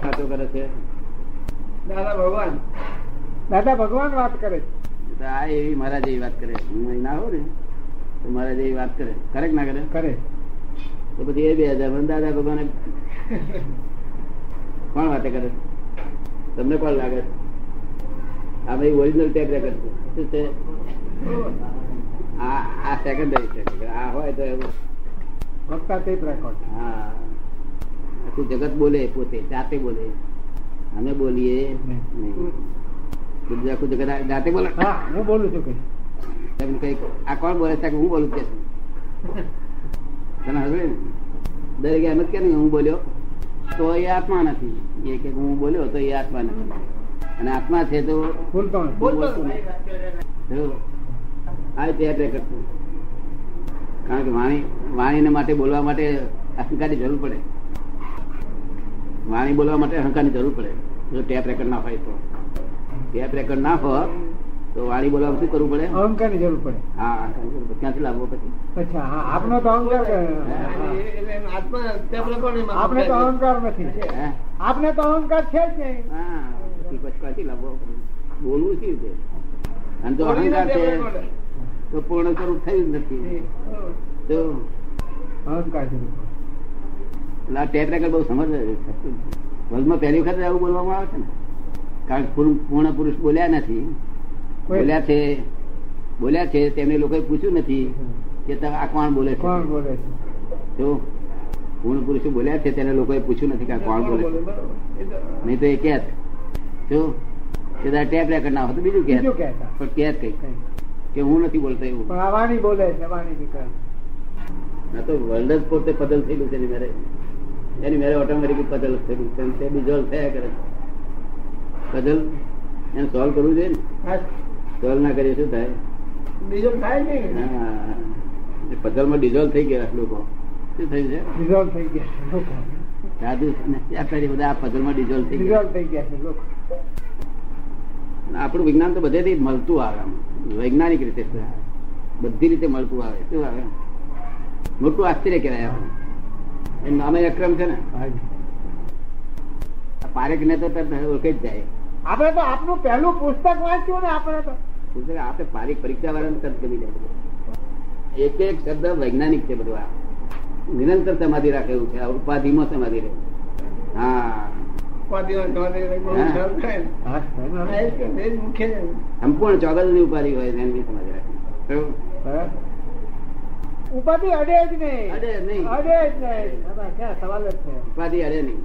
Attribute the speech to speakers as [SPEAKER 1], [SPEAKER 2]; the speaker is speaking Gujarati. [SPEAKER 1] વાતો કરે છે
[SPEAKER 2] દાદા ભગવાન દાદા ભગવાન વાત કરે છે
[SPEAKER 1] તો આ એવી મારા જેવી વાત કરે હું અહીં ના હોઉં ને તો મારા જેવી વાત કરે કરે કે ના કરે
[SPEAKER 2] કરે
[SPEAKER 1] તો પછી એ બે હજાર મને દાદા ભગવાને કોણ વાતે કરે તમને કોણ લાગે આ ભાઈ ઓરિજિનલ ટેપ રેકર્ડ છે શું છે આ આ સેકન્ડરી છે આ હોય તો એવું
[SPEAKER 2] વક્તા ટેપ રેકોર્ડ
[SPEAKER 1] હા આખું જગત બોલે પોતે જાતે બોલે અમે બોલીએ
[SPEAKER 2] નહીં.
[SPEAKER 1] નહીં. બધું આખું જગત આ જાતે બોલે
[SPEAKER 2] હા હું બોલું છું કઈ
[SPEAKER 1] તમે કઈ આ કોણ બોલે છે? હું બોલું જ કે તને હસવે ને દરેક એમ જ કે ને હું બોલ્યો તો એ આત્મા નથી એ કે હું બોલ્યો તો એ આત્મા નથી અને આત્મા છે તો
[SPEAKER 2] બોલતો નથી.
[SPEAKER 1] બોલતો નથી. જો, આ રીતે યાદ રાખજો. કારણ કે વાણી વાણીને માટે બોલવા માટે અહંકારની જરૂર પડે વાણી બોલવા માટે અહંકારની જરૂર પડે જો ટેપ રેકર્ડ ના હોય તો ટેપ રેકર્ડ ના હોય તો વાણી બોલવા શું કરવું પડે
[SPEAKER 2] અહંકારની જરૂર પડે
[SPEAKER 1] હા અહંકારની જરૂર પડે. ક્યાંથી લાવવો પછી
[SPEAKER 2] અચ્છા હા આપનો તો અહંકાર કે- આપણે તો અહંકાર નથી
[SPEAKER 1] હે?
[SPEAKER 2] આપને તો અહંકાર છે જ નહીં
[SPEAKER 1] હા પછી ક્યાંથી લાવવો બોલવું શું છે અને જો અહંકાર છે તો પૂર્ણ સ્વરૂપ થયું જ નથી તો
[SPEAKER 2] અહંકાર જરૂર પડે.
[SPEAKER 1] એટલે આ ટેપ રેકર્ડ બહુ સમજ વર્લ્ડમાં પહેલી વખત આવું બોલવામાં આવે છે ને કારણ કે પૂર્ણ પૂર્ણ પુરુષ બોલ્યા નથી બોલ્યા છે બોલ્યા છે તેમને લોકોએ પૂછ્યું નથી કે તમે આ કોણ બોલે છે
[SPEAKER 2] કોણ બોલે છે
[SPEAKER 1] જો પૂર્ણ પુરુષો બોલ્યા છે તેને લોકોએ પૂછ્યું નથી કે આ કોણ બોલે છે નહીં તો એ કહેત જો કે તારે ટેપ રેકર્ડ ના હોય તો બીજું કહેત
[SPEAKER 2] બીજું કહેતા
[SPEAKER 1] પણ કહેત કઈ
[SPEAKER 2] કંઈ.
[SPEAKER 1] કે હું નથી બોલતો એવું
[SPEAKER 2] પણ આ વાણી બોલે છે વાણી નીકળે
[SPEAKER 1] ના તો વર્લ્ડ જ પોતે પદલ થયેલું છે એની મેરે એની મેરે ઓટોમેટિક પદલ થયેલું છે અને તે dissolve થયા કરે છે puzzle એને solve કરવું જોઈએ ને solve ના કરીએ શું થાય
[SPEAKER 2] બીજો થાય નહીં
[SPEAKER 1] હા. એ puzzle માં dissolve થઈ ગયા લોકો શું થયું છે
[SPEAKER 2] રિઝોલ્વ થઈ ગયા છે લોકો
[SPEAKER 1] સાધુ અને ત્યાં પહેલી બધા આ puzzle માં dissolve થઈ ગયા
[SPEAKER 2] રિઝોલ્વ થઈ ગયા છે લોકો
[SPEAKER 1] અને આપણું વિજ્ઞાન તો બધેથી મળતું આવે આમ વૈજ્ઞાનિક રીતે છે. બધી રીતે મળતું આવે શું આવે મોટું આશ્ચર્ય કહેવાય આપણું એનું નામે અક્રમ છે ને આ પારેખને તો તરત ઓળખી જ જાય
[SPEAKER 2] આપણે તો આપનું પહેલું પુસ્તક વાંચ્યું ને આપણે તો
[SPEAKER 1] પુસ્તક આપણે પારી પરીક્ષા વાળાને તરત ગમી જાય બધું. એક એક શબ્દ વૈજ્ઞાનિક છે બધું આ નિરંતર સમાધિ રાખે એવું છે આ ઉપાધિમાં સમાધિ રહે હા સંપૂર્ણ ચોગલની ઉપાધિ હોય છે એની સમાધિ રાખે બરાબર?
[SPEAKER 2] ઉપાધિ અડે જ નહીં
[SPEAKER 1] અડે નહીં.
[SPEAKER 2] અડે જ નહીં. બાબા, ક્યાં સવાલ જ છે
[SPEAKER 1] ઉપાધિ અડે નહીં